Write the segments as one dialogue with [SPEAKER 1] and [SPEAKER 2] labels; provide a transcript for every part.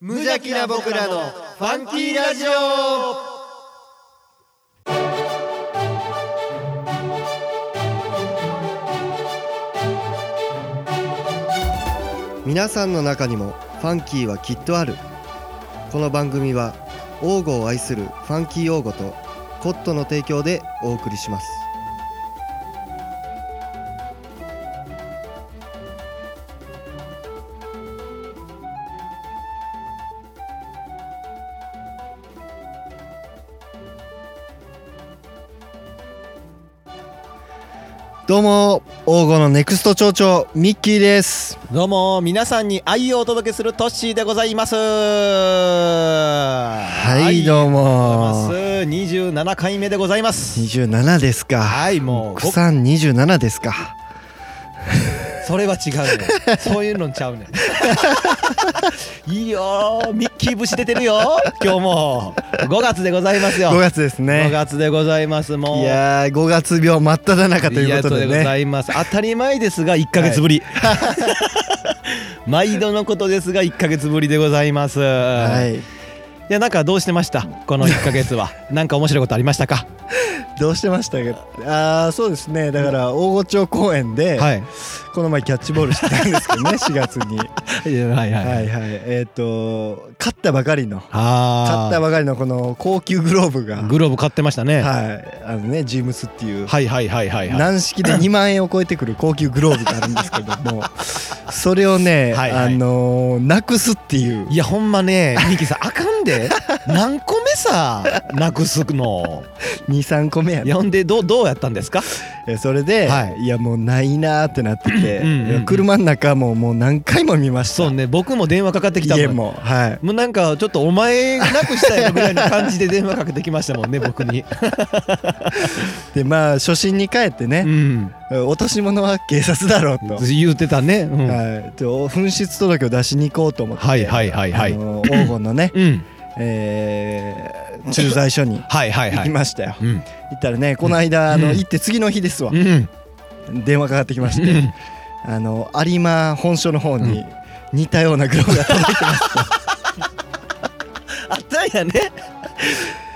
[SPEAKER 1] 無邪気な僕らのファンキーラジオ皆さんの中にもファンキーはきっとあるこの番組は王語を愛するファンキー王語とコットの提供でお送りしますどうも王語のネクスト町長ミッキーです
[SPEAKER 2] どうも皆さんに愛をお届けするトッシーでございます。は
[SPEAKER 1] はいどう
[SPEAKER 2] ご
[SPEAKER 1] も
[SPEAKER 2] ざいます。27回目でございます。
[SPEAKER 1] 27ですか
[SPEAKER 2] はいもう
[SPEAKER 1] 奥さん27ですか
[SPEAKER 2] ごそれは違う ね。そういうのちゃうね。 いいよーミッキー節出てるよ今日も5月でございますよ。
[SPEAKER 1] 5月です
[SPEAKER 2] 5
[SPEAKER 1] ね
[SPEAKER 2] 月でございますもう。
[SPEAKER 1] いやー5月病真っ只中ということで
[SPEAKER 2] いやござ
[SPEAKER 1] ね
[SPEAKER 2] います当たり前ですが1ヶ月 ぶり、毎度のことですが1ヶ月ぶりでございます
[SPEAKER 1] は
[SPEAKER 2] はいいやなんかどうしてましたこの1ヶ月 はなんか面白いことありましたか
[SPEAKER 1] どうしてましたかあーそうですねだから大御町公園で
[SPEAKER 2] はい
[SPEAKER 1] この前キャッチボールしてたんですけどね 4月には
[SPEAKER 2] はいはいはい
[SPEAKER 1] いはいえっと勝ったばかりの勝
[SPEAKER 2] あ
[SPEAKER 1] ったばかりのこの高級グローブが
[SPEAKER 2] あグローブ買ってましたね、
[SPEAKER 1] はいあのねジームスっていう
[SPEAKER 2] はい、はいはいはいはい
[SPEAKER 1] 軟式で2万 円を超えてくる高級グローブがあるんですけどもそれをね、
[SPEAKER 2] はいはい
[SPEAKER 1] あのーなくすっていう
[SPEAKER 2] いやほんま ねミキさんあかんで何個目さなくすの
[SPEAKER 1] 23個目やね
[SPEAKER 2] 呼んでどうどうやったんですか
[SPEAKER 1] えそれで、、
[SPEAKER 2] はい
[SPEAKER 1] やもうないなーってなってて
[SPEAKER 2] うんうんうん
[SPEAKER 1] いや車の中ももう何回も見ました
[SPEAKER 2] そうね僕も電話かかってきたも
[SPEAKER 1] 家
[SPEAKER 2] ん
[SPEAKER 1] もはい
[SPEAKER 2] もうなんかちょっとお前なくしたよぐらいの感じで電話かけてきましたもんね僕 に。
[SPEAKER 1] でまあ初心に帰って
[SPEAKER 2] う
[SPEAKER 1] ね、
[SPEAKER 2] ん、
[SPEAKER 1] 落とし物は警察だろうと、
[SPEAKER 2] 言うてたね。うん、は
[SPEAKER 1] は
[SPEAKER 2] い
[SPEAKER 1] い、でお紛失届を出しに行こうと思って、
[SPEAKER 2] はいはいはい、
[SPEAKER 1] あ。のー黄金のね
[SPEAKER 2] うん、
[SPEAKER 1] えー駐在所に
[SPEAKER 2] はいはい
[SPEAKER 1] 行
[SPEAKER 2] は
[SPEAKER 1] き
[SPEAKER 2] い。
[SPEAKER 1] ましたよ
[SPEAKER 2] うん、
[SPEAKER 1] 行ったらねこの間、
[SPEAKER 2] うん
[SPEAKER 1] あの行って次の日ですわ、
[SPEAKER 2] うん、
[SPEAKER 1] 電話かかってきまして、
[SPEAKER 2] うん
[SPEAKER 1] あの有馬本所の方
[SPEAKER 2] う
[SPEAKER 1] に似たようなグローブが届い てます
[SPEAKER 2] あったん やね。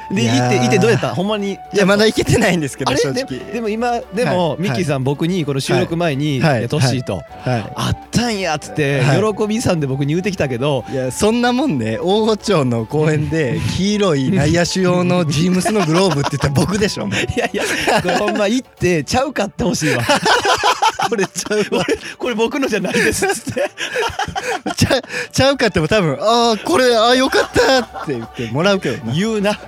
[SPEAKER 2] で、
[SPEAKER 1] い
[SPEAKER 2] い
[SPEAKER 1] やー
[SPEAKER 2] て、いてどうやった、ほんまに。
[SPEAKER 1] いやまだ行けてないんですけ
[SPEAKER 2] あ
[SPEAKER 1] ど正
[SPEAKER 2] れ、で
[SPEAKER 1] 直
[SPEAKER 2] でも、今、でも、
[SPEAKER 1] はい
[SPEAKER 2] ミッキーさん、僕に、この収録前に、
[SPEAKER 1] はいはい
[SPEAKER 2] いやトッシーと。
[SPEAKER 1] は
[SPEAKER 2] あったんやっつって、
[SPEAKER 1] は
[SPEAKER 2] 喜びさんで僕に言うてきたけど。
[SPEAKER 1] いいやそんなもんね大御町の公園 で黄色い内野手用のジームスのグローブって言ったら僕でしょもう
[SPEAKER 2] いやいや、これほんま行って、ちゃうかって ほしいわ。これちゃうわ。 これ僕のじゃないですっ つって。
[SPEAKER 1] ちゃちゃうかっても多分ああこれああよかったって言ってもらうけどな
[SPEAKER 2] 言うな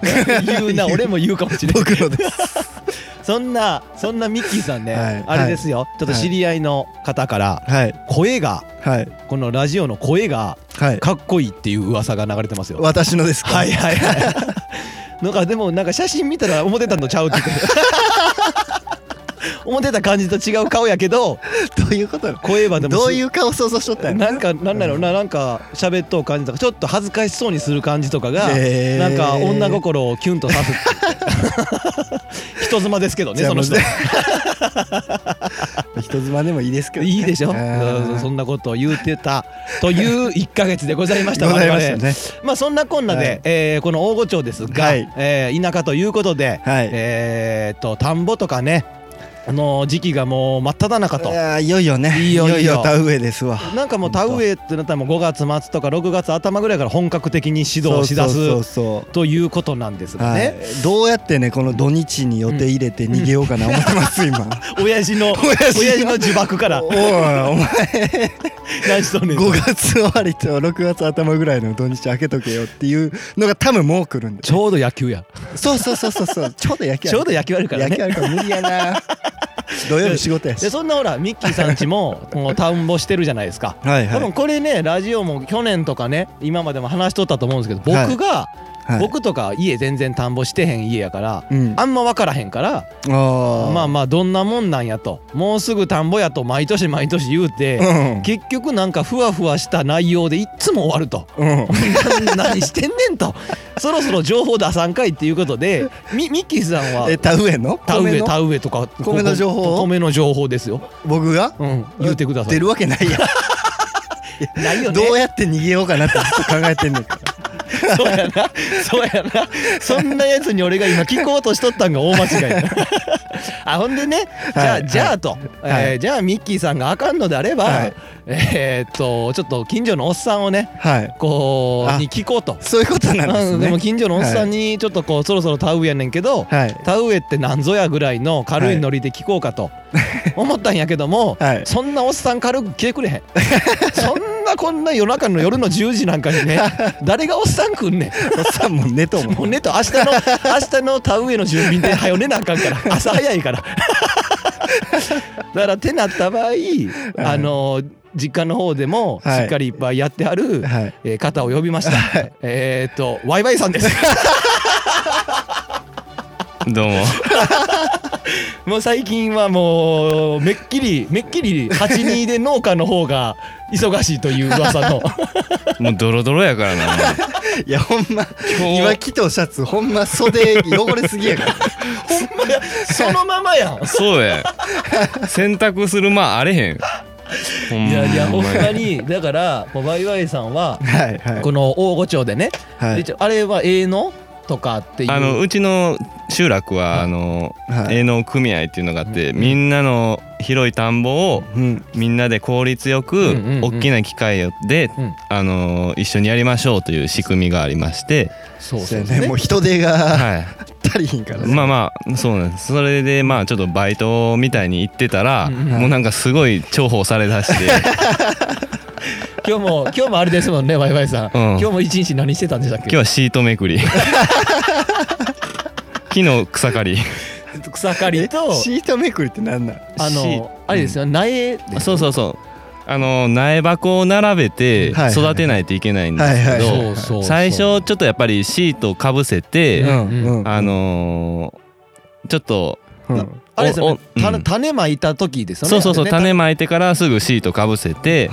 [SPEAKER 2] 言うな俺も言うかもしれない
[SPEAKER 1] 僕のです
[SPEAKER 2] そんなそんなミッキーさんね、
[SPEAKER 1] はい
[SPEAKER 2] あれですよちょっと知り合いの方から
[SPEAKER 1] はい
[SPEAKER 2] 声が
[SPEAKER 1] はい
[SPEAKER 2] このラジオの声が
[SPEAKER 1] はい
[SPEAKER 2] かっこいいっていう噂が流れてますよ
[SPEAKER 1] 私のですか
[SPEAKER 2] はいはいはい なんかでもなんか写真見たら思ってたのちゃうって 言って思ってた感じと違う顔やけど
[SPEAKER 1] どういうことなの
[SPEAKER 2] 声はでも
[SPEAKER 1] どう
[SPEAKER 2] う
[SPEAKER 1] いう顔想像しとったんや
[SPEAKER 2] なんかなんだろうななんか喋っとう感じとかちょっと恥ずかしそうにする感じとかが、
[SPEAKER 1] へー
[SPEAKER 2] なんか女心をキュンとさ すっていう人妻ですけどね
[SPEAKER 1] じゃあ
[SPEAKER 2] その人
[SPEAKER 1] もう 人妻でもいいですけどね
[SPEAKER 2] いいでしょ
[SPEAKER 1] あー
[SPEAKER 2] うんそんなことを言うてたという1か月でございました
[SPEAKER 1] ございまし
[SPEAKER 2] 我
[SPEAKER 1] た
[SPEAKER 2] 々
[SPEAKER 1] ね
[SPEAKER 2] まあそんなこんなで、
[SPEAKER 1] はい
[SPEAKER 2] えーこの大御町ですが、
[SPEAKER 1] はい
[SPEAKER 2] えー田舎ということで、
[SPEAKER 1] はい
[SPEAKER 2] えーっと田んぼとかねあの時期がもう真っ只中と
[SPEAKER 1] い。やーいよいよね
[SPEAKER 2] いいよいいよ
[SPEAKER 1] 田植えですわ
[SPEAKER 2] なんかもう田植えってなったらもう5月末とか6月頭ぐらいから本格的に指導をしだす
[SPEAKER 1] そうそうそう
[SPEAKER 2] ということなんです
[SPEAKER 1] そう、
[SPEAKER 2] が
[SPEAKER 1] は
[SPEAKER 2] ね、
[SPEAKER 1] い、どうやってねこの土日に予定入れて逃げようかな思ってます 今
[SPEAKER 2] 親父 の親
[SPEAKER 1] 父の
[SPEAKER 2] 父の呪縛から
[SPEAKER 1] おいお前
[SPEAKER 2] 何しとんねん
[SPEAKER 1] 5月終わりと6月頭ぐらいの土日開けとけよっていうのが多分もう来るんで
[SPEAKER 2] ちょうど野球や
[SPEAKER 1] そうそうそうそう そうちょうど野球
[SPEAKER 2] ちょうど野球あるから
[SPEAKER 1] 野球
[SPEAKER 2] ね
[SPEAKER 1] あるから無理やな土曜日仕事や
[SPEAKER 2] で
[SPEAKER 1] し
[SPEAKER 2] そんなほらミッキーさんちももう田んぼしてるじゃないですか
[SPEAKER 1] はい
[SPEAKER 2] 多分これねラジオも去年とかね今までも話しとったと思うんですけど僕が、
[SPEAKER 1] はい
[SPEAKER 2] 僕とか家全然田んぼしてへん家やから
[SPEAKER 1] うん
[SPEAKER 2] あんま分からへんから
[SPEAKER 1] あ
[SPEAKER 2] まあまあどんなもんなんやともうすぐ田んぼやと毎年毎年言うて、
[SPEAKER 1] うん
[SPEAKER 2] 結局なんかふわふわした内容でいっつも終わると
[SPEAKER 1] うん
[SPEAKER 2] 何してんねんとそろそろ情報出さんかいっていうことでミミッキーさんは
[SPEAKER 1] え田植えの
[SPEAKER 2] 田植
[SPEAKER 1] 米
[SPEAKER 2] え
[SPEAKER 1] の
[SPEAKER 2] 田植えとか
[SPEAKER 1] 米の情報を
[SPEAKER 2] 米の情報ですよ、
[SPEAKER 1] 僕が
[SPEAKER 2] うん、言うてくださ
[SPEAKER 1] 出
[SPEAKER 2] い
[SPEAKER 1] るわけないやん
[SPEAKER 2] ないよね
[SPEAKER 1] どうやって逃げようかなってずっと考えてんねんから
[SPEAKER 2] そうやなそうやなそんなやつに俺が今聞こうとしとったんが大間違い やあほんでねじゃあ、
[SPEAKER 1] はい
[SPEAKER 2] じゃあと、
[SPEAKER 1] は
[SPEAKER 2] えーじゃあミッキーさんがあかんのであれば、
[SPEAKER 1] はい
[SPEAKER 2] えーっとちょっと近所のおっさんをね
[SPEAKER 1] はい
[SPEAKER 2] こう
[SPEAKER 1] あ
[SPEAKER 2] に聞こうと
[SPEAKER 1] そういうことなんです
[SPEAKER 2] うん
[SPEAKER 1] ね
[SPEAKER 2] でも近所のおっさんにちょっとこうそろそろ田植えやねんけど、
[SPEAKER 1] はい
[SPEAKER 2] 田植えってなんぞやぐらいの軽いノリで聞こうかと思ったんやけども、
[SPEAKER 1] はい
[SPEAKER 2] そんなおっさん軽く来て くれへんそんなこんな夜中の夜の10時なんか にね誰がおっさん来んねん
[SPEAKER 1] おっさんも寝と
[SPEAKER 2] も
[SPEAKER 1] 思
[SPEAKER 2] う
[SPEAKER 1] う
[SPEAKER 2] ねと明日の明日の田植えの準備で早寝なあかんから朝早いからだからてなった場合、あの実家の方でもし
[SPEAKER 1] はい
[SPEAKER 2] っかりいっぱいやってある、
[SPEAKER 1] はい
[SPEAKER 2] えー方を呼びました、えーっとワイワイさんです
[SPEAKER 3] どうも。
[SPEAKER 2] もう最近はもうめっきりめっきり82で農家の方が忙しいという噂の
[SPEAKER 3] もうドロドロやからな。
[SPEAKER 1] い やほんま
[SPEAKER 3] 今日
[SPEAKER 1] 今着とシャツほんま袖汚れすぎや から
[SPEAKER 2] ほんまやそのままやん
[SPEAKER 3] そうや。洗濯するまああれへん。ほんま
[SPEAKER 2] いやいやほんま
[SPEAKER 3] に。
[SPEAKER 2] にだからもうワイワイさんは
[SPEAKER 1] はいはい
[SPEAKER 2] この大御町でね
[SPEAKER 1] はい
[SPEAKER 2] でちょあれは営農とかっていう
[SPEAKER 3] あのうちの集落はあの
[SPEAKER 1] はい
[SPEAKER 3] 営農組合っていうのがあって、
[SPEAKER 2] うん
[SPEAKER 3] みんなの広い田んぼを
[SPEAKER 1] うん
[SPEAKER 3] みんなで効率よ
[SPEAKER 2] う
[SPEAKER 3] く
[SPEAKER 2] んうんうん
[SPEAKER 3] 大きな機械で、
[SPEAKER 2] うん
[SPEAKER 3] あの一緒にやりましょうという仕組みがありまして、
[SPEAKER 2] そう
[SPEAKER 1] そ
[SPEAKER 2] そうう
[SPEAKER 1] や
[SPEAKER 2] ね
[SPEAKER 1] ねもう人手が
[SPEAKER 3] はい、
[SPEAKER 1] 足りひんからね
[SPEAKER 3] まあまあそうなんですそれでまあちょっとバイトみたいに行ってた
[SPEAKER 2] う
[SPEAKER 3] ら、
[SPEAKER 2] んうん
[SPEAKER 3] もうなんかすごい重宝されだして
[SPEAKER 2] 今日も今日もあれですもんねワイワイさん、
[SPEAKER 3] う
[SPEAKER 2] 今
[SPEAKER 3] ん
[SPEAKER 2] 日も一日何してたんでしたっ
[SPEAKER 3] 今日
[SPEAKER 2] け
[SPEAKER 3] はシートめくり木の草刈り
[SPEAKER 2] 草刈りと
[SPEAKER 1] シートめくりってなんなん
[SPEAKER 2] あ
[SPEAKER 3] し
[SPEAKER 2] のあれですよ苗で
[SPEAKER 3] そうそうそうあの苗箱を並べて
[SPEAKER 1] はいはいはい
[SPEAKER 3] 育てないといけないんですけど、
[SPEAKER 1] はいはい
[SPEAKER 2] そうそう
[SPEAKER 3] 最初ちょっとやっぱりシートかぶせて、
[SPEAKER 2] うん
[SPEAKER 3] あのーちょっと
[SPEAKER 1] うん
[SPEAKER 2] あれですよね
[SPEAKER 3] おお
[SPEAKER 2] た
[SPEAKER 3] うん
[SPEAKER 2] 種まいた時ですよね
[SPEAKER 3] そうそうそう
[SPEAKER 2] あれね
[SPEAKER 3] 種まいてからすぐシートかぶせて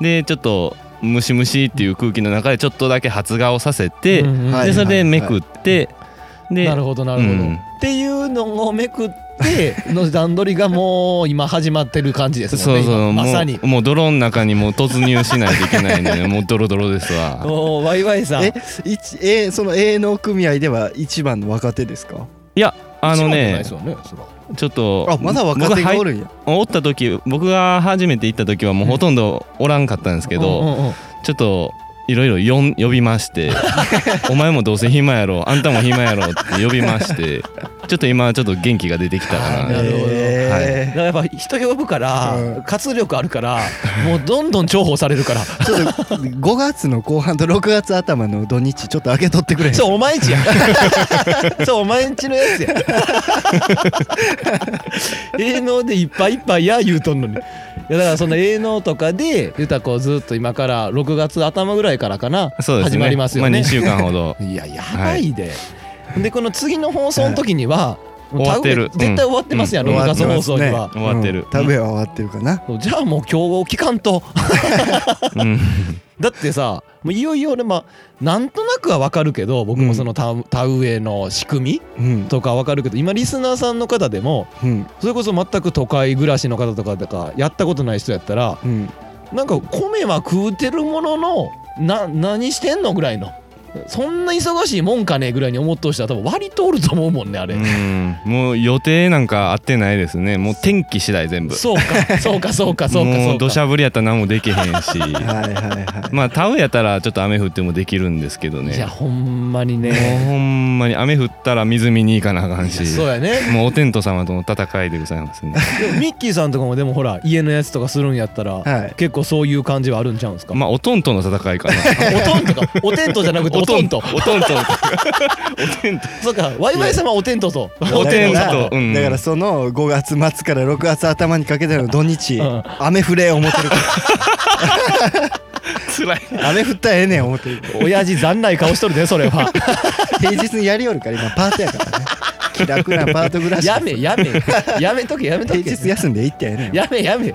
[SPEAKER 3] でちょっとムシムシっていう空気の中でちょっとだけ発芽をさせて、
[SPEAKER 2] うんうんうん
[SPEAKER 1] はい
[SPEAKER 3] でそれでめくって、で
[SPEAKER 2] なるほどなるほど、
[SPEAKER 3] うん
[SPEAKER 2] っていうのをめくっ ての段取りがもう今始まってる感じですもん
[SPEAKER 3] そ
[SPEAKER 2] ね
[SPEAKER 3] うそう
[SPEAKER 2] 今
[SPEAKER 3] も
[SPEAKER 2] まさに
[SPEAKER 3] うもう泥の中にもう突入しないといけない のでもうドロドロですわ
[SPEAKER 2] もうワイワイさん
[SPEAKER 1] え一えその営農組合では一番の若手ですか
[SPEAKER 3] いやあのね
[SPEAKER 2] 一番じゃないですよねそら
[SPEAKER 3] ちょっと
[SPEAKER 1] あまだ若手
[SPEAKER 3] 僕
[SPEAKER 1] が
[SPEAKER 3] 入
[SPEAKER 1] お
[SPEAKER 3] っ
[SPEAKER 1] るんや
[SPEAKER 3] おった時僕が初めて行った時はもうほとんどおらんかったんですけど、
[SPEAKER 2] うんうんうん
[SPEAKER 3] ちょっといろいろ呼ん呼びまして 「お前もどうせ暇やろあんたも暇やろ」って呼びましてちょっと今ちょっと元気が出てきたか
[SPEAKER 2] な
[SPEAKER 3] な
[SPEAKER 2] るほど
[SPEAKER 1] え
[SPEAKER 2] だからやっぱ人呼ぶから、
[SPEAKER 1] うん
[SPEAKER 2] 活力あるからもうどんどん重宝されるから
[SPEAKER 1] ーちょっと5月の後半と6月頭の土日ちょっと開けとってくれへん
[SPEAKER 2] そうお前んちや そうお前んちのやつや 営農でいっぱいいっぱいや言うとんのにいやだからその営農とかで言うたらこうずっと今から6月頭ぐらいからかな、
[SPEAKER 3] そうですね
[SPEAKER 2] 始まりますよ
[SPEAKER 3] まあ、
[SPEAKER 2] ね
[SPEAKER 3] 2、週間ほ ど
[SPEAKER 2] いややばいで、でこの次の放送の時には、もう
[SPEAKER 3] 終わってる
[SPEAKER 2] 多分絶対終わってますやん、
[SPEAKER 3] うん
[SPEAKER 2] 6月放送には、
[SPEAKER 3] 終わってる
[SPEAKER 1] 食べは終わってるかな
[SPEAKER 2] そうじゃあもう今日期間と
[SPEAKER 3] うん
[SPEAKER 2] だってさもういよいよ俺まあなんとなくは分かるけど僕もその田田植えの仕組
[SPEAKER 1] うん
[SPEAKER 2] みとか分かるけど今リスナーさんの方でも
[SPEAKER 1] うん
[SPEAKER 2] それこそ全く都会暮らしの方とかとかやったことない人やったら
[SPEAKER 1] うん
[SPEAKER 2] なんか米は食うてるもののな何してんのぐらいのそんな忙しいもんかねぐらいに思ってほしい多分割とおると思うもんねあれ。
[SPEAKER 3] うんもう予定なんか合ってないですねもう天気次第全部
[SPEAKER 2] そうかそうかそうかそうか
[SPEAKER 3] も
[SPEAKER 2] そうう
[SPEAKER 3] 土
[SPEAKER 2] か。
[SPEAKER 3] 砂降りやったら何もできへん し
[SPEAKER 1] はいはいはい
[SPEAKER 3] まあ田植えやったらちょっと雨降ってもできるんですけどね
[SPEAKER 2] いやほんまにね。
[SPEAKER 3] もうほんまに雨降ったら水見に行かなあかんし
[SPEAKER 2] そうやね。
[SPEAKER 3] もうお天道様との戦いでございま すね
[SPEAKER 2] でもミッキーさんとかもでもほら家のやつとかするんやったら、
[SPEAKER 1] はい
[SPEAKER 2] 結構そういう感じはあるんちゃうんですか、
[SPEAKER 3] まあおとんとの戦いかな
[SPEAKER 2] おとんとかおてんとじゃなくて おとんと
[SPEAKER 3] おとん とおてんと
[SPEAKER 2] そうかワイワイ様はおてんとと
[SPEAKER 3] おてん
[SPEAKER 1] だから
[SPEAKER 3] とうん
[SPEAKER 1] だからその5月末から6月頭にかけての土日
[SPEAKER 2] うん
[SPEAKER 1] 雨降れ思ってるか
[SPEAKER 3] つらい
[SPEAKER 1] ら雨降ったらええねん思ってる
[SPEAKER 2] 親父残ない顔しとるでそれは
[SPEAKER 1] 平日にやりよるから今パートやからね気楽なパート暮らし
[SPEAKER 2] やめやめやめとけやめと
[SPEAKER 1] 平
[SPEAKER 2] け
[SPEAKER 1] 日休んでいってやねん
[SPEAKER 2] やめや めい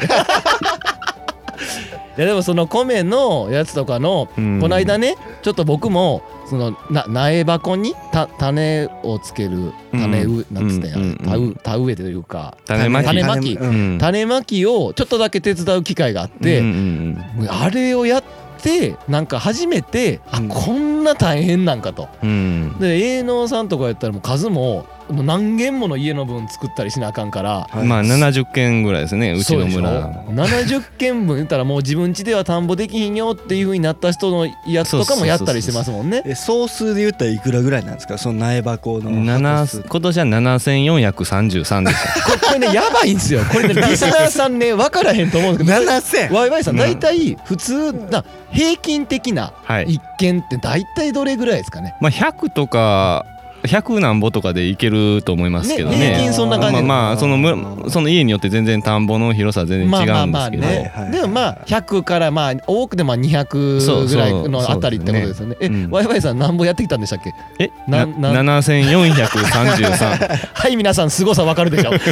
[SPEAKER 2] やでもその米のやつとかの、
[SPEAKER 3] うん
[SPEAKER 2] この間ねちょっと僕もそのな苗箱にた種をつける種
[SPEAKER 3] う
[SPEAKER 2] 植えなんつってんや、
[SPEAKER 3] うんうん
[SPEAKER 2] 田植田植えというか
[SPEAKER 3] 種まき
[SPEAKER 2] 種まき
[SPEAKER 1] う
[SPEAKER 3] うんん
[SPEAKER 2] 種まきをちょっとだけ手伝う機会があって、
[SPEAKER 3] うんうん
[SPEAKER 2] あれをやってなんか初めて、
[SPEAKER 1] うん
[SPEAKER 2] あこんな大変なんかと。
[SPEAKER 3] うんうん
[SPEAKER 2] で営農さんとかやったらもう数ももう何軒もの家の分作ったりしなあかんから。
[SPEAKER 1] はい
[SPEAKER 3] まあ70件ぐらいですねうちの村
[SPEAKER 2] そうでしょ70軒分言ったらもう自分家では田んぼできひんよっていう風になった人のやつとかもやったりしてますも んね
[SPEAKER 1] え総数で言ったらいくらぐらいなんですかその苗箱の箱
[SPEAKER 3] 七
[SPEAKER 1] 数
[SPEAKER 3] 今年は7433でした
[SPEAKER 2] これこれねやばいんですよこ れねリスナーさんね分からへんと思うんですけど
[SPEAKER 1] 7000
[SPEAKER 2] ワイワイさん
[SPEAKER 3] うん
[SPEAKER 2] 大体普通な平均的な
[SPEAKER 3] はい
[SPEAKER 2] 一軒って大体どれぐらいですかね
[SPEAKER 3] まあ100とか100何ぼとかでいけると思いますけど
[SPEAKER 2] ね平均
[SPEAKER 3] ね
[SPEAKER 2] そんな感じ
[SPEAKER 3] まあまあそのむその家によって全然田んぼの広さは全然違うんですけど
[SPEAKER 1] まあまあまあねはいはい
[SPEAKER 2] でもまあ100からまあ多くでまあ
[SPEAKER 3] そ
[SPEAKER 2] 200
[SPEAKER 3] う
[SPEAKER 2] ぐらい
[SPEAKER 3] そう
[SPEAKER 2] のあたりってことですよね
[SPEAKER 3] う
[SPEAKER 2] え
[SPEAKER 3] ん
[SPEAKER 2] ワイワイさんなんぼやってきたんでしたっけ
[SPEAKER 3] え
[SPEAKER 2] な
[SPEAKER 3] な7433
[SPEAKER 2] はい皆さん凄さわかるでしょ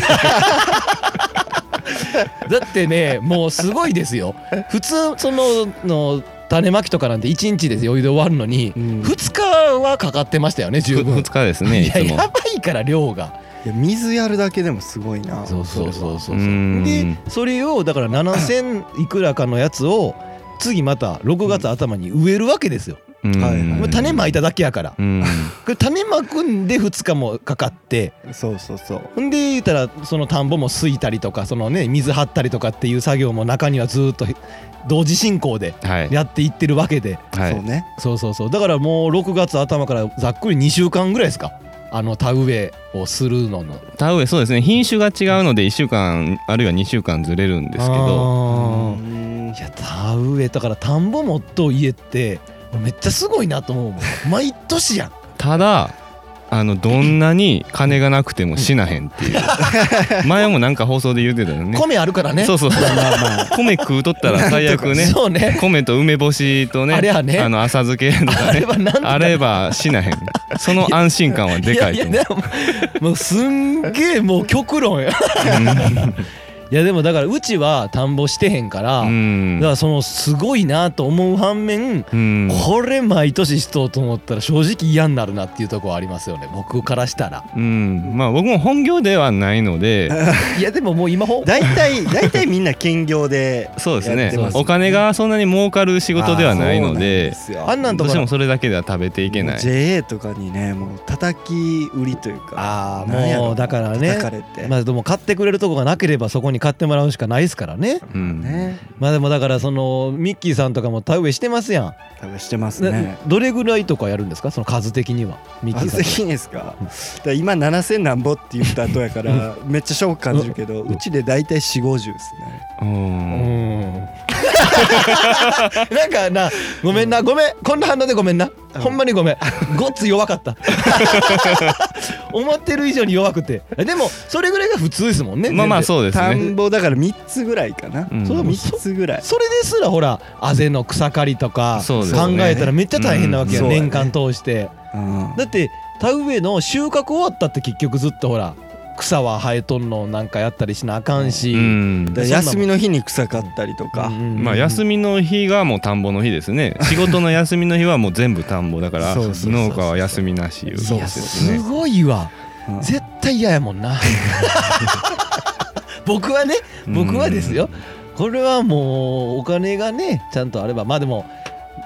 [SPEAKER 2] だってねもうすごいですよ普通そのの種まきとかなんて1日で余裕で終わるのに
[SPEAKER 1] うん
[SPEAKER 2] 2日はかかってましたよね十分
[SPEAKER 3] 2日ですねい
[SPEAKER 2] いや
[SPEAKER 3] つも
[SPEAKER 2] やばいから量が
[SPEAKER 1] いや水やるだけでもすごいな
[SPEAKER 2] そうそう
[SPEAKER 3] ーん
[SPEAKER 2] でそれをだから7000いくらかのやつを次また6月頭に植えるわけですよ、
[SPEAKER 3] うん
[SPEAKER 1] はいはい
[SPEAKER 2] もう種まいただけやから、
[SPEAKER 3] うん
[SPEAKER 2] これ種まくんで2日もかかって
[SPEAKER 1] そうそうそうん
[SPEAKER 2] で言ったらその田んぼもすいたりとかそのね水張ったりとかっていう作業も中にはずーっと同時進行で
[SPEAKER 3] はい
[SPEAKER 2] やっていってるわけで
[SPEAKER 3] は
[SPEAKER 1] そう
[SPEAKER 3] い
[SPEAKER 1] ね
[SPEAKER 2] そうそうそうだからもう6月頭からざっくり2週間ぐらいですかあの田植えをするのの
[SPEAKER 3] 田植えそうですね品種が違うので1週間あるいは2週間ずれるんですけど
[SPEAKER 2] ど
[SPEAKER 1] うん
[SPEAKER 2] いや田植えだから田んぼもと家ってめっちゃすごいなと思うもん毎年やん
[SPEAKER 3] ただあのどんなに金がなくても死なへんっていう前もなんか放送で言ってたよね
[SPEAKER 2] 米あるからね
[SPEAKER 3] そうそうそう
[SPEAKER 1] まあまあ
[SPEAKER 3] 米食うとったら最悪ね
[SPEAKER 2] そう ね
[SPEAKER 3] 米と梅干しとね
[SPEAKER 2] あれはね
[SPEAKER 3] の浅漬けとか
[SPEAKER 2] あれ
[SPEAKER 3] ね
[SPEAKER 2] はなんとか
[SPEAKER 3] あれば死なへんその安心感はでかい
[SPEAKER 2] い
[SPEAKER 3] と
[SPEAKER 2] やい
[SPEAKER 3] 思
[SPEAKER 2] やでももうすんげえもう極論や いやでもだからうちは田んぼしてへんから、
[SPEAKER 3] ううん
[SPEAKER 2] だからそのすごいなと思う反面
[SPEAKER 3] うん
[SPEAKER 2] これ毎年しとうと思ったら正直嫌になるなっていうとこはありますよね僕からしたら
[SPEAKER 3] うんまあ僕も本業ではないので
[SPEAKER 2] いやでももう今ほ
[SPEAKER 1] 大体大体みんな兼業で
[SPEAKER 3] そうです
[SPEAKER 1] やっ
[SPEAKER 3] ね
[SPEAKER 1] てますね
[SPEAKER 3] お金がそんなに儲かる仕事ではないので
[SPEAKER 2] あんなんと
[SPEAKER 3] どう
[SPEAKER 2] か
[SPEAKER 3] してもそれだけでは食べていけない
[SPEAKER 1] JA とかにねもう叩き売りというか
[SPEAKER 2] ああ
[SPEAKER 1] なんや
[SPEAKER 2] も
[SPEAKER 1] ろ
[SPEAKER 2] うだからね
[SPEAKER 1] 叩かれて
[SPEAKER 2] まあでも買ってくれるとこがなければそこに買ってもらうしかないですからね
[SPEAKER 3] うん
[SPEAKER 1] ね
[SPEAKER 2] まあでもだからそのミッキーさんとかも田植えしてますや
[SPEAKER 1] 多分してます
[SPEAKER 2] ん、な
[SPEAKER 1] ね
[SPEAKER 2] どれぐらいとかやるんですかその数的にはミッキー
[SPEAKER 1] あ
[SPEAKER 2] さん
[SPEAKER 1] 責任ですかだから今7000なんぼって言った後やからめっちゃショック感じるけど
[SPEAKER 2] うん
[SPEAKER 1] うちで大体4 5 0ですね
[SPEAKER 3] う
[SPEAKER 2] うんん なんかなごめんなごめんこんな反応でごめんな
[SPEAKER 1] うん
[SPEAKER 2] ほんまにごめんごっつ弱かった 思ってる以上に弱くてでもそれぐらいが普通ですもんね
[SPEAKER 3] まあま
[SPEAKER 2] 全
[SPEAKER 3] あ
[SPEAKER 2] 然
[SPEAKER 3] そうです
[SPEAKER 1] 田
[SPEAKER 3] ね
[SPEAKER 1] んぼだから3つぐらいかな
[SPEAKER 3] うん
[SPEAKER 2] そうだもん
[SPEAKER 1] 3つぐらい
[SPEAKER 2] それですらほらあぜの草刈りとか考
[SPEAKER 3] そうですね
[SPEAKER 2] えたらめっちゃ大変なわけや、
[SPEAKER 1] うん
[SPEAKER 2] 年間通して。
[SPEAKER 1] うん
[SPEAKER 2] だって田植えの収穫終わったって結局ずっとほら草は生えとんのなんかやったりしなあかんし、
[SPEAKER 3] うん
[SPEAKER 1] だから休みの日に草買ったりとか
[SPEAKER 3] まあ休
[SPEAKER 2] み
[SPEAKER 3] みの日がもう田んぼの日ですね仕事の休みの日はもう全部田んぼだから
[SPEAKER 1] そうそうそう
[SPEAKER 3] 農家は休みなしいうこと
[SPEAKER 2] い
[SPEAKER 3] で
[SPEAKER 2] や
[SPEAKER 3] す
[SPEAKER 2] す
[SPEAKER 3] ね
[SPEAKER 2] ごいわ、
[SPEAKER 1] うん
[SPEAKER 2] 絶対嫌やもん な僕はね僕はですよこれはもうお金がねちゃんとあればまあでも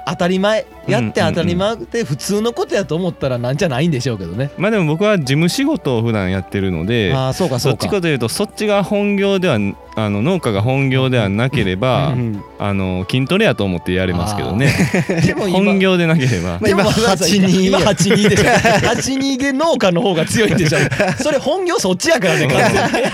[SPEAKER 2] 当たり前やって当たり前で普通のことやと思ったらなんじゃないんでしょうけどね、
[SPEAKER 3] まあでも僕は事務仕事を普段やってるので
[SPEAKER 2] ああそうかそ
[SPEAKER 3] そっ
[SPEAKER 2] うか
[SPEAKER 3] ちかというとそっちが本業ではあの農家が本業ではなければ
[SPEAKER 1] うん
[SPEAKER 3] あの筋トレやと思ってやれますけどね
[SPEAKER 2] で も今
[SPEAKER 3] 本業でなければ
[SPEAKER 1] まあ今
[SPEAKER 2] でも
[SPEAKER 1] 8-2
[SPEAKER 2] 今今8-2でしょ8-2で 農家の方が強いんでし ょそれ本業そっちやからね完全に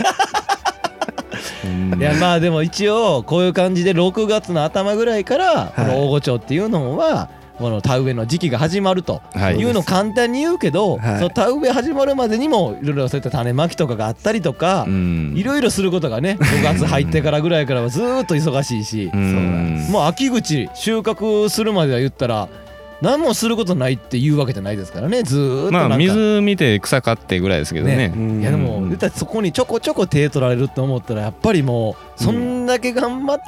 [SPEAKER 3] うん
[SPEAKER 2] いやまあでも一応こういう感じで6月の頭ぐらいからこの大御町っていうのはこの田植えの時期が始まると
[SPEAKER 3] はい
[SPEAKER 2] いうのを簡単に言うけど、
[SPEAKER 1] はい
[SPEAKER 2] その田植え始まるまでにもいろいろそういった種まきとかがあったりとか
[SPEAKER 3] う、ん
[SPEAKER 2] いろいろすることがね5月入ってからぐらいからはずーっと忙しいし
[SPEAKER 3] う。ん
[SPEAKER 1] そうなん
[SPEAKER 2] もう秋口収穫するまでは言ったら何もすることないっていうわけじゃないですからねずーっとなん
[SPEAKER 3] ま
[SPEAKER 2] か、
[SPEAKER 3] あ水見て草買ってぐらいですけどね
[SPEAKER 1] うん
[SPEAKER 2] いやでも
[SPEAKER 3] うん
[SPEAKER 2] 言ったらそこにちょこちょこ手取られると思ったらやっぱりもうそんだけ頑張って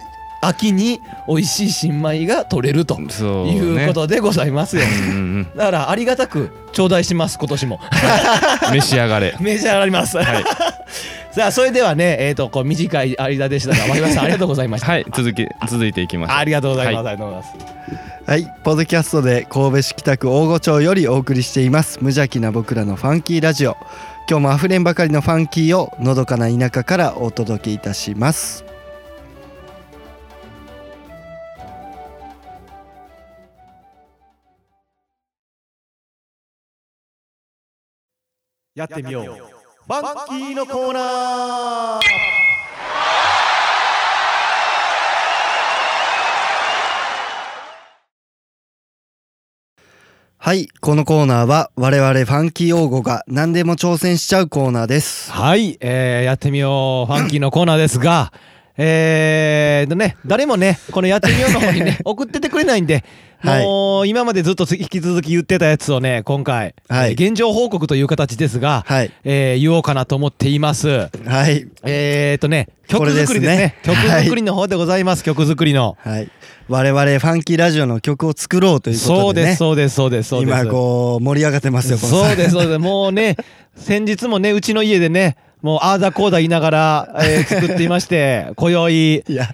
[SPEAKER 2] 秋に美味しい新米が取れると
[SPEAKER 3] そう
[SPEAKER 2] い
[SPEAKER 3] ね
[SPEAKER 2] うことでございますよ。
[SPEAKER 3] うんうん
[SPEAKER 2] だからありがたく頂戴します今年も
[SPEAKER 3] うん召し上がれ
[SPEAKER 2] メジャーあります、
[SPEAKER 3] はい、
[SPEAKER 2] さあそれではねえっ、とこう短い間でしたが和岩さんありがとうございました、
[SPEAKER 3] はい、続き続いていきましょう
[SPEAKER 2] ありがとうございます、ありがとうございます
[SPEAKER 1] はい、ポッドキャストで神戸市北区大御町よりお送りしています無邪気な僕らのファンキーラジオ今日もあふれんばかりのファンキーをのどかな田舎からお届けいたします
[SPEAKER 2] やってみようファンキーのコーナー
[SPEAKER 1] はいこのコーナーは我々ファンキー王語が何でも挑戦しちゃうコーナーです
[SPEAKER 2] はい、えーやってみようファンキーのコーナーですが、 えーとね、誰もね、このやってみようの方 にね、送っててくれないんで、
[SPEAKER 1] はい
[SPEAKER 2] もう今までずっと引き続き言ってたやつをね、今回、
[SPEAKER 1] はい
[SPEAKER 2] えー現状報告という形ですが、
[SPEAKER 1] はい
[SPEAKER 2] えー言おうかなと思っています。
[SPEAKER 1] はい
[SPEAKER 2] えーとね、
[SPEAKER 1] こ
[SPEAKER 2] 曲
[SPEAKER 1] れですね
[SPEAKER 2] 作りですね。曲作りの方でございます、曲作りの。
[SPEAKER 1] はい我々ファンキーラジオの曲を作ろうという
[SPEAKER 2] そ
[SPEAKER 1] こ
[SPEAKER 2] う
[SPEAKER 1] とで
[SPEAKER 2] で
[SPEAKER 1] ね
[SPEAKER 2] す、そうです、そうです、そうです。
[SPEAKER 1] 今こう盛り上がってますよこの
[SPEAKER 2] そうです、そうです。もうね、先日もね、うちの家でね、もうああだこうだ言いながら、えー作っていま して、今宵、
[SPEAKER 1] いや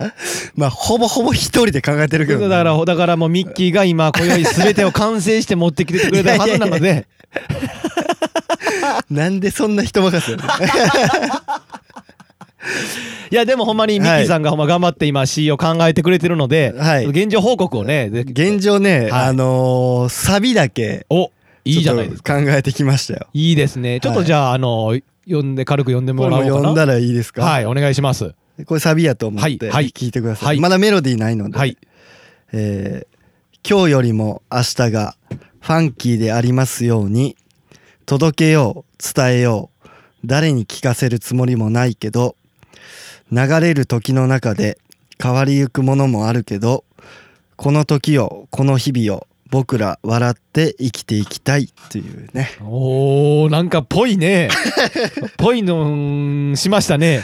[SPEAKER 1] まあほぼほぼ一人で考えてるけどね、
[SPEAKER 2] だから、だからもうミッキーが今、今宵全てを完成して持ってきてく れたはずなので、
[SPEAKER 1] なんでそんな人任せ
[SPEAKER 2] いや、でもほんまにミッキーさんがほんま頑張って今 C を考えてくれてるので、
[SPEAKER 1] はい
[SPEAKER 2] 現状報告をね、ぜひ
[SPEAKER 1] 現状ね、
[SPEAKER 2] はい
[SPEAKER 1] あのーサビだけ
[SPEAKER 2] お、いいじゃない
[SPEAKER 1] ちょ
[SPEAKER 2] で
[SPEAKER 1] っ
[SPEAKER 2] すか。
[SPEAKER 1] と考えてきましたよ
[SPEAKER 2] いいですね。ちょっとじゃあ、あの、読んで、軽く読んで
[SPEAKER 1] こ
[SPEAKER 2] も
[SPEAKER 1] れ
[SPEAKER 2] らお
[SPEAKER 1] も
[SPEAKER 2] うかな。
[SPEAKER 1] 読んだらいいですか、
[SPEAKER 2] はい、お願いします。
[SPEAKER 1] これサビやと思って
[SPEAKER 2] はいはい
[SPEAKER 1] 聞いてください、
[SPEAKER 2] はい
[SPEAKER 1] まだメロディーないので、
[SPEAKER 2] はい。
[SPEAKER 1] えー今日よりも明日がファンキーでありますように届けよう伝えよう誰に聞かせるつもりもないけど流れる時の中で変わりゆくものもあるけどこの時をこの日々を僕ら笑って生きていきたいというね
[SPEAKER 2] おー、なんかぽ いね。ぽいのんしましたね。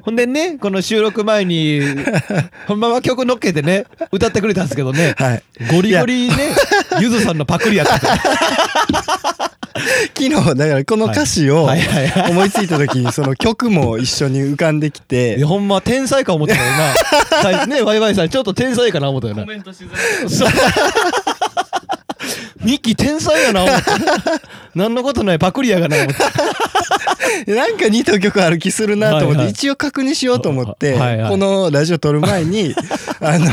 [SPEAKER 2] ほんでね、この収録 前に、ほんまは曲乗っけてね、歌ってくれたんですけどね、
[SPEAKER 1] はい
[SPEAKER 2] ゴリゴリね、ゆずさんのパクリやったから。
[SPEAKER 1] 昨日だからこの歌詞を
[SPEAKER 2] はいはいは
[SPEAKER 1] 思いついた時にその曲も一緒に浮かんでき て
[SPEAKER 2] いやほんま天才か思ったよな。最初ね、ワイワイさん、ちょっと天才かな思ったよな。
[SPEAKER 3] ントしづら
[SPEAKER 2] そう ミッキー天才やな思った。何のことないパクリやがな思った。
[SPEAKER 1] なんか似た曲ある気するなと思って、
[SPEAKER 2] はいはい
[SPEAKER 1] 一応確認しようと思って、
[SPEAKER 2] はいはい
[SPEAKER 1] このラジオ撮る前 に、あの、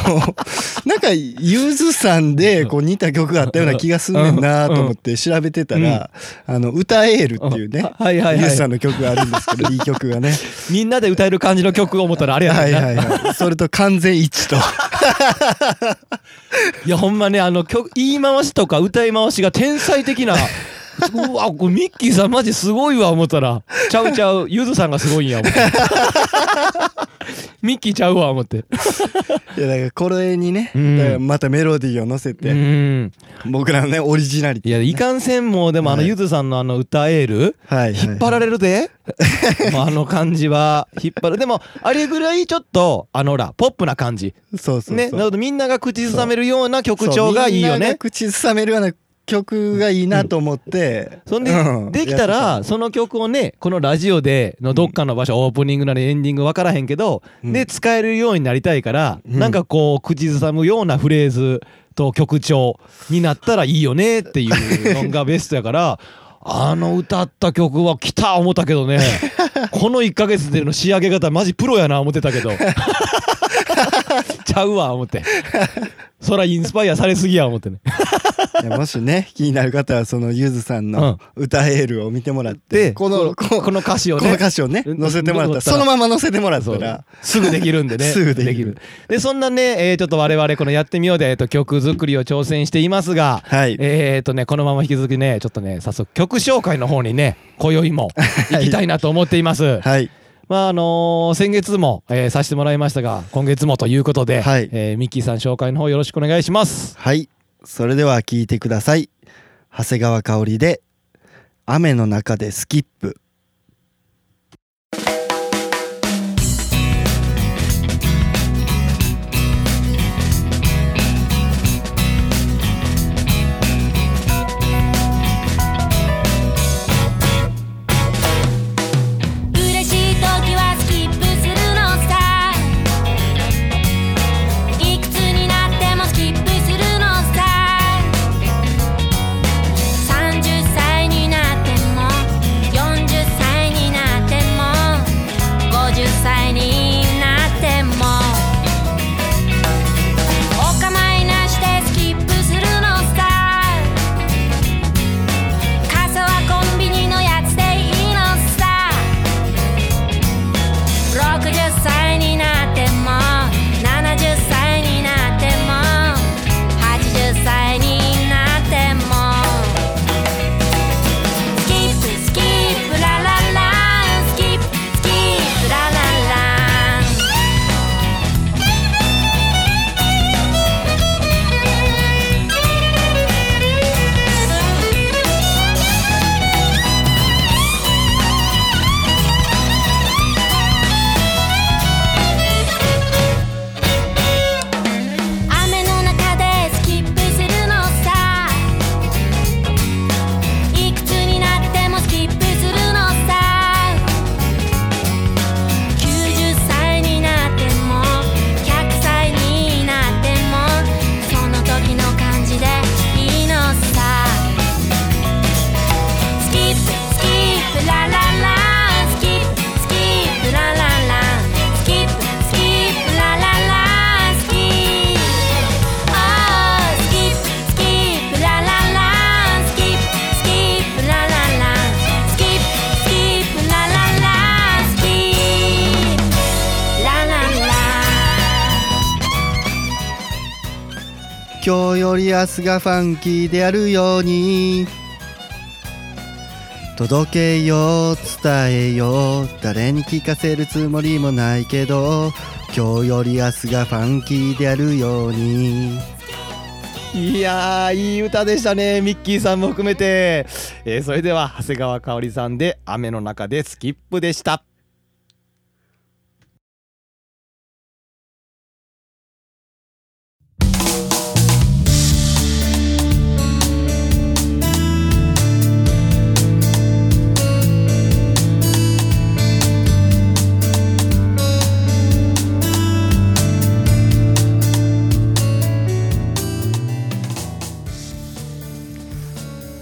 [SPEAKER 1] なんか、ゆずさんで、こう似た曲があったような気がすんねんなと思って調べてたら、あの、歌エールっていうね、
[SPEAKER 2] あはいはいはい
[SPEAKER 1] ゆずさんの曲があるんですけ ど、いい曲がね。
[SPEAKER 2] みんなで歌える感じの曲を思ったらあれやった
[SPEAKER 1] は
[SPEAKER 2] ない
[SPEAKER 1] はいはい。それと完全一 致と。
[SPEAKER 2] いやほんまねあの曲言い回しとか歌い回しが天才的なうわこれミッキーさんマジすごいわ思ったらちゃうちゃうゆずさんがすごいんや思って ミッキーちゃうわ思って
[SPEAKER 1] いや、だからこれにね、
[SPEAKER 2] うん
[SPEAKER 1] だからまたメロディーを乗せ
[SPEAKER 2] う
[SPEAKER 1] て、
[SPEAKER 2] ん
[SPEAKER 1] 僕らのね、オリジナリテ
[SPEAKER 2] いやいかんせんもうでもあの
[SPEAKER 1] はい
[SPEAKER 2] ゆずさんのあの歌える
[SPEAKER 1] ィ。はい、はい。
[SPEAKER 2] 引っ張られ るでもうあの感じは引っ張るでもあれぐらいちょっとあのほらポップな感じ
[SPEAKER 1] そうそうそう。
[SPEAKER 2] ねなるほどみんなが口ずさめるような曲調がいい
[SPEAKER 1] そう
[SPEAKER 2] よ
[SPEAKER 1] みんなが
[SPEAKER 2] ね
[SPEAKER 1] 口ずさめるような曲がいいなと思って、
[SPEAKER 2] そんで、
[SPEAKER 1] うん
[SPEAKER 2] できたら、その曲をね、このラジオでのどっかの場所、オープニングなりエンディング分からへんけど、
[SPEAKER 1] うん
[SPEAKER 2] で、使えるようになりたいから、
[SPEAKER 1] うん
[SPEAKER 2] なんかこう、口ずさむようなフレーズと曲調になったらいいよねっていうのがベスト やから、あの歌った曲は来た思ったけどね、この1ヶ月での仕上げ方、マジプロやな思って たけど。ちゃうわ思って。そらインスパイアされすぎや思ってね。
[SPEAKER 1] いやもしね気になる方はそのゆずさんの歌エールを見てもらって、
[SPEAKER 2] で、
[SPEAKER 1] このこ
[SPEAKER 2] この歌詞を
[SPEAKER 1] こ
[SPEAKER 2] ね。
[SPEAKER 1] の歌詞をね載せてもらったらそのまま載せてもらっ
[SPEAKER 2] そ
[SPEAKER 1] た
[SPEAKER 2] う
[SPEAKER 1] ら
[SPEAKER 2] すぐできるんでね
[SPEAKER 1] すぐできる
[SPEAKER 2] でそんなね、えーちょっと我々この「やってみようで」えーと曲作りを挑戦していますが、
[SPEAKER 1] はい
[SPEAKER 2] えっ、とねこのまま引き続きねちょっとね早速曲紹介の方にね今宵 も行きたいなと思っています、
[SPEAKER 1] はい
[SPEAKER 2] まああのー先月も、えーさせてもらいましたが今月もということで、
[SPEAKER 1] はい
[SPEAKER 2] えーミッキーさん紹介の方よろしくお願いします
[SPEAKER 1] はいそれでは聞いてください長谷川香織で雨の中でスキップリアスがファンキーであるように届けよう伝えよう誰に聞かせるつもりもないけど今日より明日がファンキーであるように
[SPEAKER 2] いやーいい歌でしたねミッキーさんも含めて、えーそれでは長谷川香織さんで「雨の中でスキップ」でした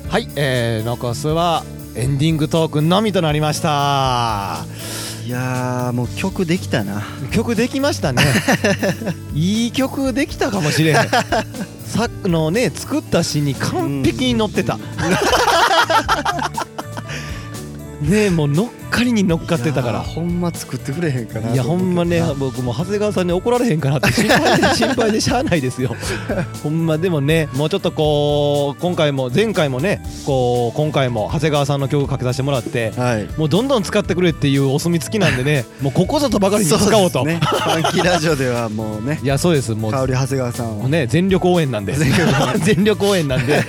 [SPEAKER 2] はい、えー、残すはエンディングトークのみとなりました
[SPEAKER 1] いやーもう曲できたな
[SPEAKER 2] 曲でき ましたねいい曲できたかもしれんさっのね作った詩に完璧に乗っ てたねえもう乗っかりに乗っかってたか
[SPEAKER 1] いや
[SPEAKER 2] ら
[SPEAKER 1] ーほんま作ってくれへんかない
[SPEAKER 2] やほんまね僕もう長谷川さんに怒られへんかなって心配で心配でしゃあないで すよほんまでもねもうちょっとこう今回も前回もねこう今回も長谷川さんの曲かけさせてもらって
[SPEAKER 1] はい
[SPEAKER 2] もうどんどん使ってくれっていうお墨付きなん でねもうここぞとばかりに使おうと
[SPEAKER 1] そですねファンキーラジオではもう ね
[SPEAKER 2] いやそうですもう
[SPEAKER 1] 香り長谷川さん
[SPEAKER 2] も
[SPEAKER 1] を
[SPEAKER 2] うね全力応援なんで 全力応援なんで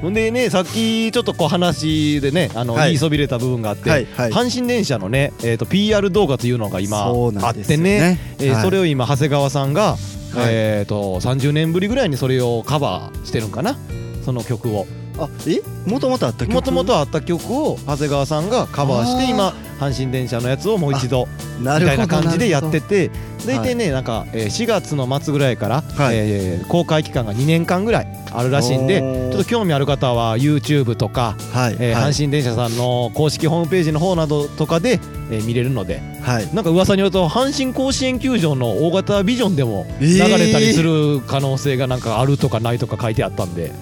[SPEAKER 2] ほんでねさっきちょっとこう話でねあの、
[SPEAKER 1] はい
[SPEAKER 2] 言いそびれた部分があって、
[SPEAKER 1] はいはい
[SPEAKER 2] 阪神電車のね、えー、と PR 動画というのが今
[SPEAKER 1] そう
[SPEAKER 2] あ
[SPEAKER 1] な
[SPEAKER 2] っ
[SPEAKER 1] んです
[SPEAKER 2] て
[SPEAKER 1] よ
[SPEAKER 2] ね
[SPEAKER 1] ね
[SPEAKER 2] えー
[SPEAKER 1] はい
[SPEAKER 2] それを今長谷川さんが、
[SPEAKER 1] はい
[SPEAKER 2] えー、と30年ぶりぐらいにそれをカバーしてるんかなその曲を
[SPEAKER 1] あえもともとあった曲
[SPEAKER 2] もともとあった曲を長谷川さんがカバーして今阪神電車のやつをもう一度
[SPEAKER 1] な
[SPEAKER 2] み
[SPEAKER 1] る
[SPEAKER 2] た
[SPEAKER 1] ほ
[SPEAKER 2] い
[SPEAKER 1] ど
[SPEAKER 2] な感じでやってて
[SPEAKER 1] るほど
[SPEAKER 2] 大体ねなんかえー4月の末ぐらいから
[SPEAKER 1] はい
[SPEAKER 2] えー公開期間が2年間ぐらいあるらしいんで
[SPEAKER 1] おー
[SPEAKER 2] ちょっと興味ある方は YouTube とか
[SPEAKER 1] はい
[SPEAKER 2] えー
[SPEAKER 1] はい
[SPEAKER 2] 阪神電車さんの公式ホームページの方などとかでえー見れるので
[SPEAKER 1] はい
[SPEAKER 2] なんか噂によると阪神甲子園球場の大型ビジョンでも
[SPEAKER 1] え
[SPEAKER 2] 流
[SPEAKER 1] ー
[SPEAKER 2] れたりする可能性がなんかあるとかないとか書いてあったんで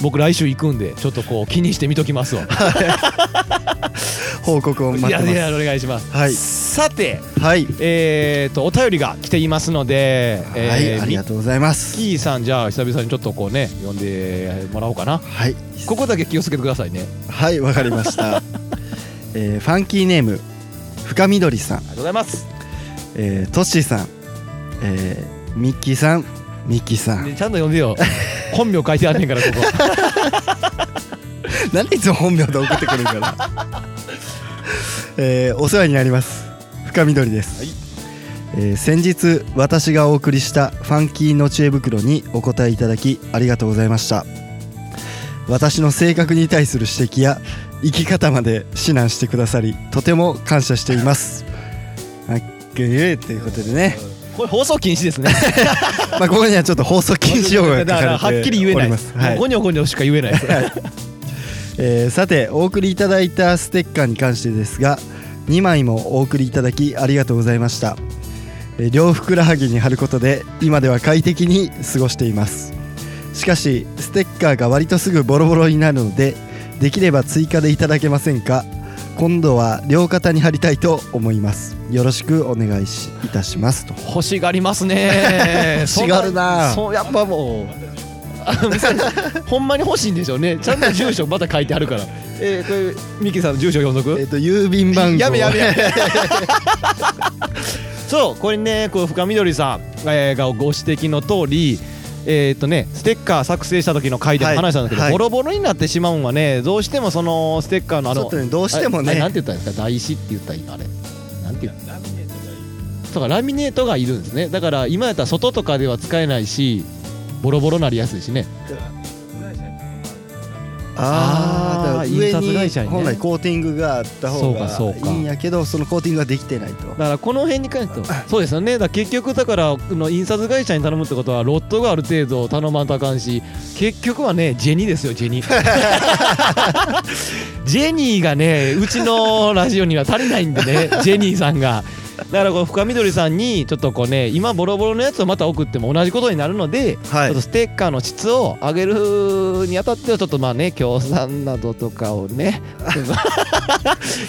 [SPEAKER 2] 僕来週行くんでちょっとこう気にして見ときますわ。
[SPEAKER 1] 報告を 待っ
[SPEAKER 2] い
[SPEAKER 1] てま
[SPEAKER 2] や
[SPEAKER 1] す
[SPEAKER 2] いやお願いします。
[SPEAKER 1] はい
[SPEAKER 2] さて
[SPEAKER 1] はい
[SPEAKER 2] えー、とお便りが来ていますので、え
[SPEAKER 1] はい、
[SPEAKER 2] ー
[SPEAKER 1] ありがとうございます。
[SPEAKER 2] ミッキーさんじゃあ久々にちょっとこうね呼んでもらおうかな
[SPEAKER 1] はい、
[SPEAKER 2] ここだけ気をつけてくださいねあり
[SPEAKER 1] はい、わかりま した。えー、ファンキーネーム深緑さん、
[SPEAKER 2] がとうございます
[SPEAKER 1] えー、トッシーさん、えー、ミッキーさん、ミッキーさん。
[SPEAKER 2] ねちゃんと呼ん でよ本名書いてあんねんからここ
[SPEAKER 1] なんでいつも本名で送ってくるんか な。えー、お世話になります。深緑です。
[SPEAKER 2] はい
[SPEAKER 1] えー先日私がお送りした「ファンキーの知恵袋」にお答えいただきありがとうございました私の性格に対する指摘や生き方まで指南してくださりとても感謝していますあっけーということでね、
[SPEAKER 2] これ放送禁止ですね
[SPEAKER 1] まあ、ここにはちょっと放送 禁止用語が
[SPEAKER 2] だ
[SPEAKER 1] 書かれて
[SPEAKER 2] からはっきり言え
[SPEAKER 1] お
[SPEAKER 2] な
[SPEAKER 1] り
[SPEAKER 2] いで、
[SPEAKER 1] ますすはい
[SPEAKER 2] もうゴニョゴニョしか言えないです
[SPEAKER 1] えーさてお送りいただいたステッカーに関してですが2枚もお送りいただきありがとうございました、えー両ふくらはぎに貼ることで今では快適に過ごしていますしかしステッカーが割とすぐボロボロになるのでできれば追加でいただけませんか今度は両肩に貼りたいと思いますよろしくお願いしいたしますと
[SPEAKER 2] 欲しがりますね
[SPEAKER 1] 欲しがるな
[SPEAKER 2] そんそうやっぱもうあの店ほんまに欲しいんでしょうねちゃんと住所また書いてあるからえー、これミッキーさんの住所読んどく
[SPEAKER 1] えっ、と郵便番号
[SPEAKER 2] やめやめやめ そうこれねこう深緑さん、えーがご指摘の通りえーっとね、ステッカー作成した時の回でも
[SPEAKER 1] はい
[SPEAKER 2] 話したんだけど、
[SPEAKER 1] はい
[SPEAKER 2] ボロボロになってしまうんはねどうしてもそのステッカーのあ
[SPEAKER 1] ち
[SPEAKER 2] の
[SPEAKER 1] ょっとねどうしてもね
[SPEAKER 2] あれあれなんて言ったらいいんですか台紙って言ったらいいのあれなんて言うのそうかラミネートがいるんですねだから今やったら外とかでは使えないしボロボロなりやすいしね
[SPEAKER 1] あ
[SPEAKER 2] あ
[SPEAKER 1] あ
[SPEAKER 2] ー
[SPEAKER 1] 上
[SPEAKER 2] 印刷会社
[SPEAKER 1] に
[SPEAKER 2] にね
[SPEAKER 1] 本来コーティングがあった方が
[SPEAKER 2] そうかそうか
[SPEAKER 1] いいんやけどそのコーティングができてないと
[SPEAKER 2] だからこの辺に関してはそうですよねだから結局だからあの印刷会社に頼むってことはロットがある程度頼まんとあかんし結局はねジェニーですよジェニージェニーがねうちのラジオには足りないんでねジェニーさんがだからこう深緑さんにちょっとこうね今ボロボロのやつをまた送っても同じことになるので、
[SPEAKER 1] は
[SPEAKER 2] ちょっとステッカーの質を 上げるにあたってはちょっとまあね協賛などとかをね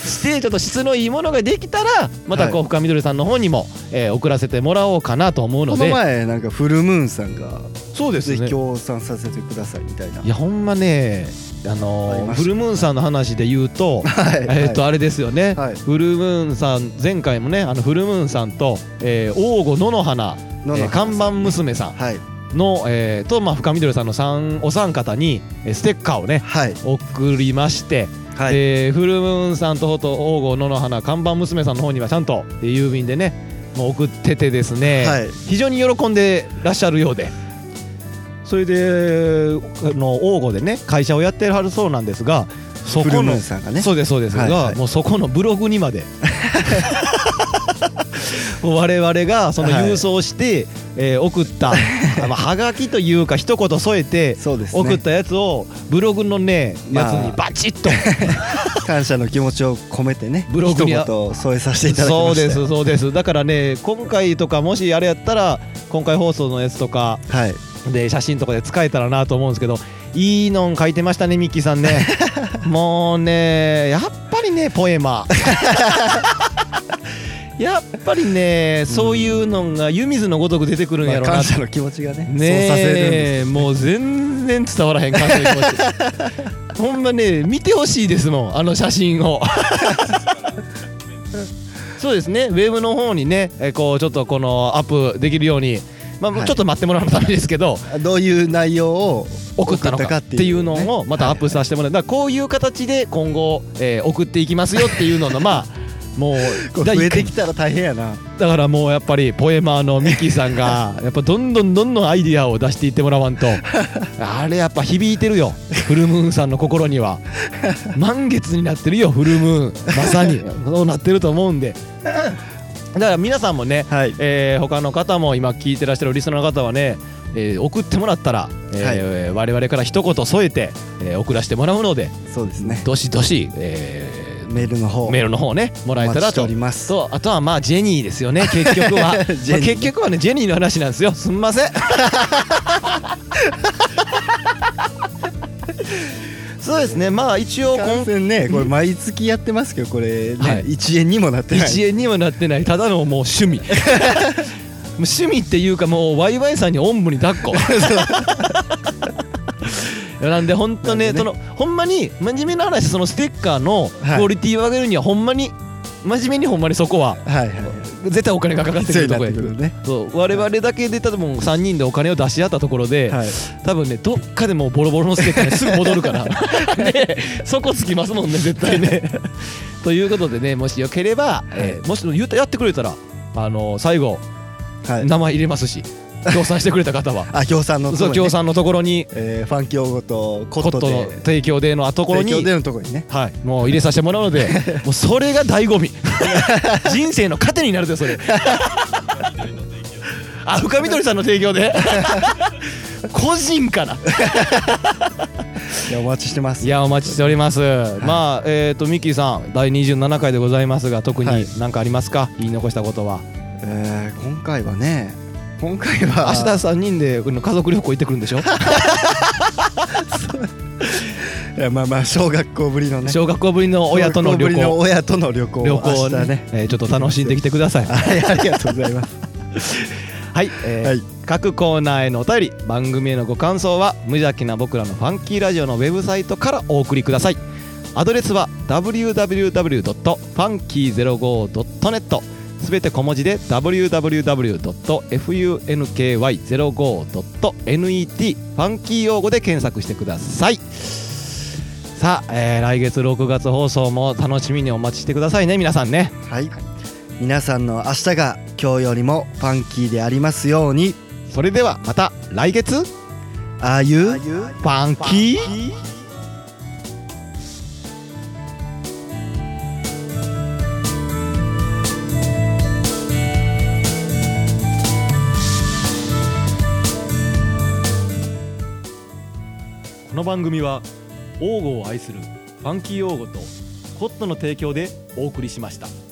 [SPEAKER 2] してちょっと質のいいものができたらまたこう深みどりさんの方にも、えー送らせてもらおうかなと思うの
[SPEAKER 1] こ
[SPEAKER 2] で
[SPEAKER 1] の前なんかフルムーンさんが
[SPEAKER 2] そうです
[SPEAKER 1] ぜ
[SPEAKER 2] ね
[SPEAKER 1] ひ協賛させてくださいみたいない
[SPEAKER 2] やほんまねあ
[SPEAKER 1] あり
[SPEAKER 2] のー
[SPEAKER 1] ました
[SPEAKER 2] フルムーンさんの話で言うと
[SPEAKER 1] はい
[SPEAKER 2] えっと
[SPEAKER 1] はい
[SPEAKER 2] あれですよね、
[SPEAKER 1] はい
[SPEAKER 2] フルムーンさん前回もねあのフルムーンさんと、えー、王吾野の花
[SPEAKER 1] 野々
[SPEAKER 2] え
[SPEAKER 1] 花さ
[SPEAKER 2] ー
[SPEAKER 1] ん
[SPEAKER 2] 看板娘さ
[SPEAKER 1] はい
[SPEAKER 2] んの、えーと、まあ、深緑さんのさんお三方にえーステッカーをね
[SPEAKER 1] はい
[SPEAKER 2] 送りまして、
[SPEAKER 1] はい、
[SPEAKER 2] えーフルムーンさんとほと王吾野の花看板娘さんの方にはちゃんとえー郵便でねもう送っててですね、
[SPEAKER 1] はい
[SPEAKER 2] 非常に喜んでらっしゃるようでそれであの王吾でね会社をやってはるそうなんですがそ
[SPEAKER 1] フル
[SPEAKER 2] こ
[SPEAKER 1] ム
[SPEAKER 2] の
[SPEAKER 1] ーンさんがね
[SPEAKER 2] そうですそうです、
[SPEAKER 1] はい
[SPEAKER 2] が、
[SPEAKER 1] はい
[SPEAKER 2] もうそこのブログに までもう我々がその
[SPEAKER 1] はい
[SPEAKER 2] 郵送して、えー送 った、まあ、はがきというか一言添えて
[SPEAKER 1] そうですね
[SPEAKER 2] 送ったやつをブログのねやつにバチッと、
[SPEAKER 1] 感謝の気持ちを込めてね
[SPEAKER 2] ブログにあ
[SPEAKER 1] 一言添えさせていただき
[SPEAKER 2] そ
[SPEAKER 1] ま
[SPEAKER 2] う
[SPEAKER 1] した
[SPEAKER 2] ですそうですだからね今回とかもしあれやったら今回放送のやつとか
[SPEAKER 1] はい
[SPEAKER 2] で写真とかで使えたらなと思うんですけどいいのん書いてましたねミッキーさんね もうねやっぱりねポエ マーやっぱりねそういうのが湯水のごとく出てくるん
[SPEAKER 1] ま
[SPEAKER 2] や
[SPEAKER 1] あ
[SPEAKER 2] ろうな
[SPEAKER 1] 感
[SPEAKER 2] って
[SPEAKER 1] 謝の気持ちがね
[SPEAKER 2] ねえ
[SPEAKER 1] そうさせるんです
[SPEAKER 2] もう全然伝わらへん感じの気持ちほんまね見てほしいですもんあの写真 をそうですねウェブの方にねえこうちょっとこのアップできるようにまあ、
[SPEAKER 1] はい
[SPEAKER 2] ちょっと待ってもらうためですけ ど
[SPEAKER 1] どういう内容を
[SPEAKER 2] 送ったのかっていうの
[SPEAKER 1] ね
[SPEAKER 2] をまたアップさせてもらう、だからこういう形で今後、えー送っていきますよっていうののまあ も
[SPEAKER 1] こ
[SPEAKER 2] う
[SPEAKER 1] う
[SPEAKER 2] 第
[SPEAKER 1] 増
[SPEAKER 2] 一
[SPEAKER 1] え
[SPEAKER 2] 回
[SPEAKER 1] てきたら大変やな
[SPEAKER 2] だからもうやっぱりポエマーのミキさん がやっぱどんどんどんどんアイディアを出していってもらわんとあれやっぱ響いてるよフルムーンさんの心には満月になってるよフルムーンまさにそうなってると思うんでだから皆さんもね、
[SPEAKER 1] はい
[SPEAKER 2] えー他の方も今聞いてらっしゃるリスナーの方はね、えー送ってもらったら、えー我々から一言添えて、えー送らせてもらうので
[SPEAKER 1] そうですね
[SPEAKER 2] どしどし、えー
[SPEAKER 1] メールの方
[SPEAKER 2] メールの方ねもらえ
[SPEAKER 1] お
[SPEAKER 2] た
[SPEAKER 1] 待
[SPEAKER 2] ら
[SPEAKER 1] ちして
[SPEAKER 2] と
[SPEAKER 1] おります
[SPEAKER 2] そうあとはまあジェニーですよね結局 は、まあ
[SPEAKER 1] ジェニー
[SPEAKER 2] 結局はねジェニーの話なんですよすんませ んそうですねまあ一応
[SPEAKER 1] 完
[SPEAKER 2] 今
[SPEAKER 1] 全ねこれ毎月やってますけどこれ
[SPEAKER 2] は
[SPEAKER 1] ね
[SPEAKER 2] い
[SPEAKER 1] 一円にもなってない
[SPEAKER 2] 一円にはなってないただのもう趣 味もう趣味っていうかもうワイワイさんにおんぶに抱っこい やなんで本当ね
[SPEAKER 1] なんで
[SPEAKER 2] そのほんまに真面目な話そのステッカーの
[SPEAKER 1] はい
[SPEAKER 2] クオリティを上げるにはほんまに真面目にほんまにそこは
[SPEAKER 1] はいはい
[SPEAKER 2] 絶対お金がかかってく
[SPEAKER 1] そう
[SPEAKER 2] る
[SPEAKER 1] な
[SPEAKER 2] と
[SPEAKER 1] っ
[SPEAKER 2] こや
[SPEAKER 1] て
[SPEAKER 2] け
[SPEAKER 1] く
[SPEAKER 2] ど
[SPEAKER 1] るね
[SPEAKER 2] そう我々だけで多分3人でお金を出し合ったところで、
[SPEAKER 1] はい
[SPEAKER 2] 多分ねどっかでもうボロボロのスケッ チですぐ戻るから ねそこつきますもんね絶対ね。 ということでねもしよければ、えーもし言うたやってくれたら、あの最後
[SPEAKER 1] はい
[SPEAKER 2] 名前入れま すし協賛してくれた方は
[SPEAKER 1] あ協賛のとこ
[SPEAKER 2] そう
[SPEAKER 1] ろに
[SPEAKER 2] 協
[SPEAKER 1] ね
[SPEAKER 2] 賛のところに
[SPEAKER 1] えーファンキオゴとコ
[SPEAKER 2] コッ
[SPEAKER 1] ッ
[SPEAKER 2] ト
[SPEAKER 1] ト
[SPEAKER 2] の
[SPEAKER 1] で
[SPEAKER 2] 提供でのところに
[SPEAKER 1] 提供でのところにね
[SPEAKER 2] はい、もう入れさせてもらうので もうそれが醍醐 味人生の糧になるぜそ れあ深緑さんの提供 で個人から
[SPEAKER 1] いやお待ちしてます
[SPEAKER 2] いやお待ちしております、まあえっ、とミッキーさん第27回でございますが特
[SPEAKER 1] はい
[SPEAKER 2] に何かありますか、言い残したことは
[SPEAKER 1] えー今回はね今回は
[SPEAKER 2] 明日3人でこの家族旅行行ってくるんでしょ
[SPEAKER 1] いやまあまあ小学校ぶりのね
[SPEAKER 2] 小学校ぶりの親との旅
[SPEAKER 1] 小学校ぶりの
[SPEAKER 2] 行
[SPEAKER 1] 親との旅行を
[SPEAKER 2] 旅行を
[SPEAKER 1] 明
[SPEAKER 2] ね
[SPEAKER 1] 日ね
[SPEAKER 2] えーちょっと楽しんできてください
[SPEAKER 1] はいありがとうございます
[SPEAKER 2] はい、えー
[SPEAKER 1] はい
[SPEAKER 2] 各コーナーへのお便り番組へのご感想は無邪気な僕らのファンキーラジオのウェブサイトからお送りくださいアドレスは www.funky05.net すべて小文字で www.funky05.net ファンキー用語で検索してくださいさあ、えー来月6月放送も楽しみにお待ちしてくださいね皆さんね
[SPEAKER 1] はい皆さんの明日が今日よりもファンキーでありますように
[SPEAKER 2] それではまた来月フ
[SPEAKER 1] ああいう
[SPEAKER 2] ァンキーこの番組は王語を愛するファンキー王語とコットの提供でお送りしました。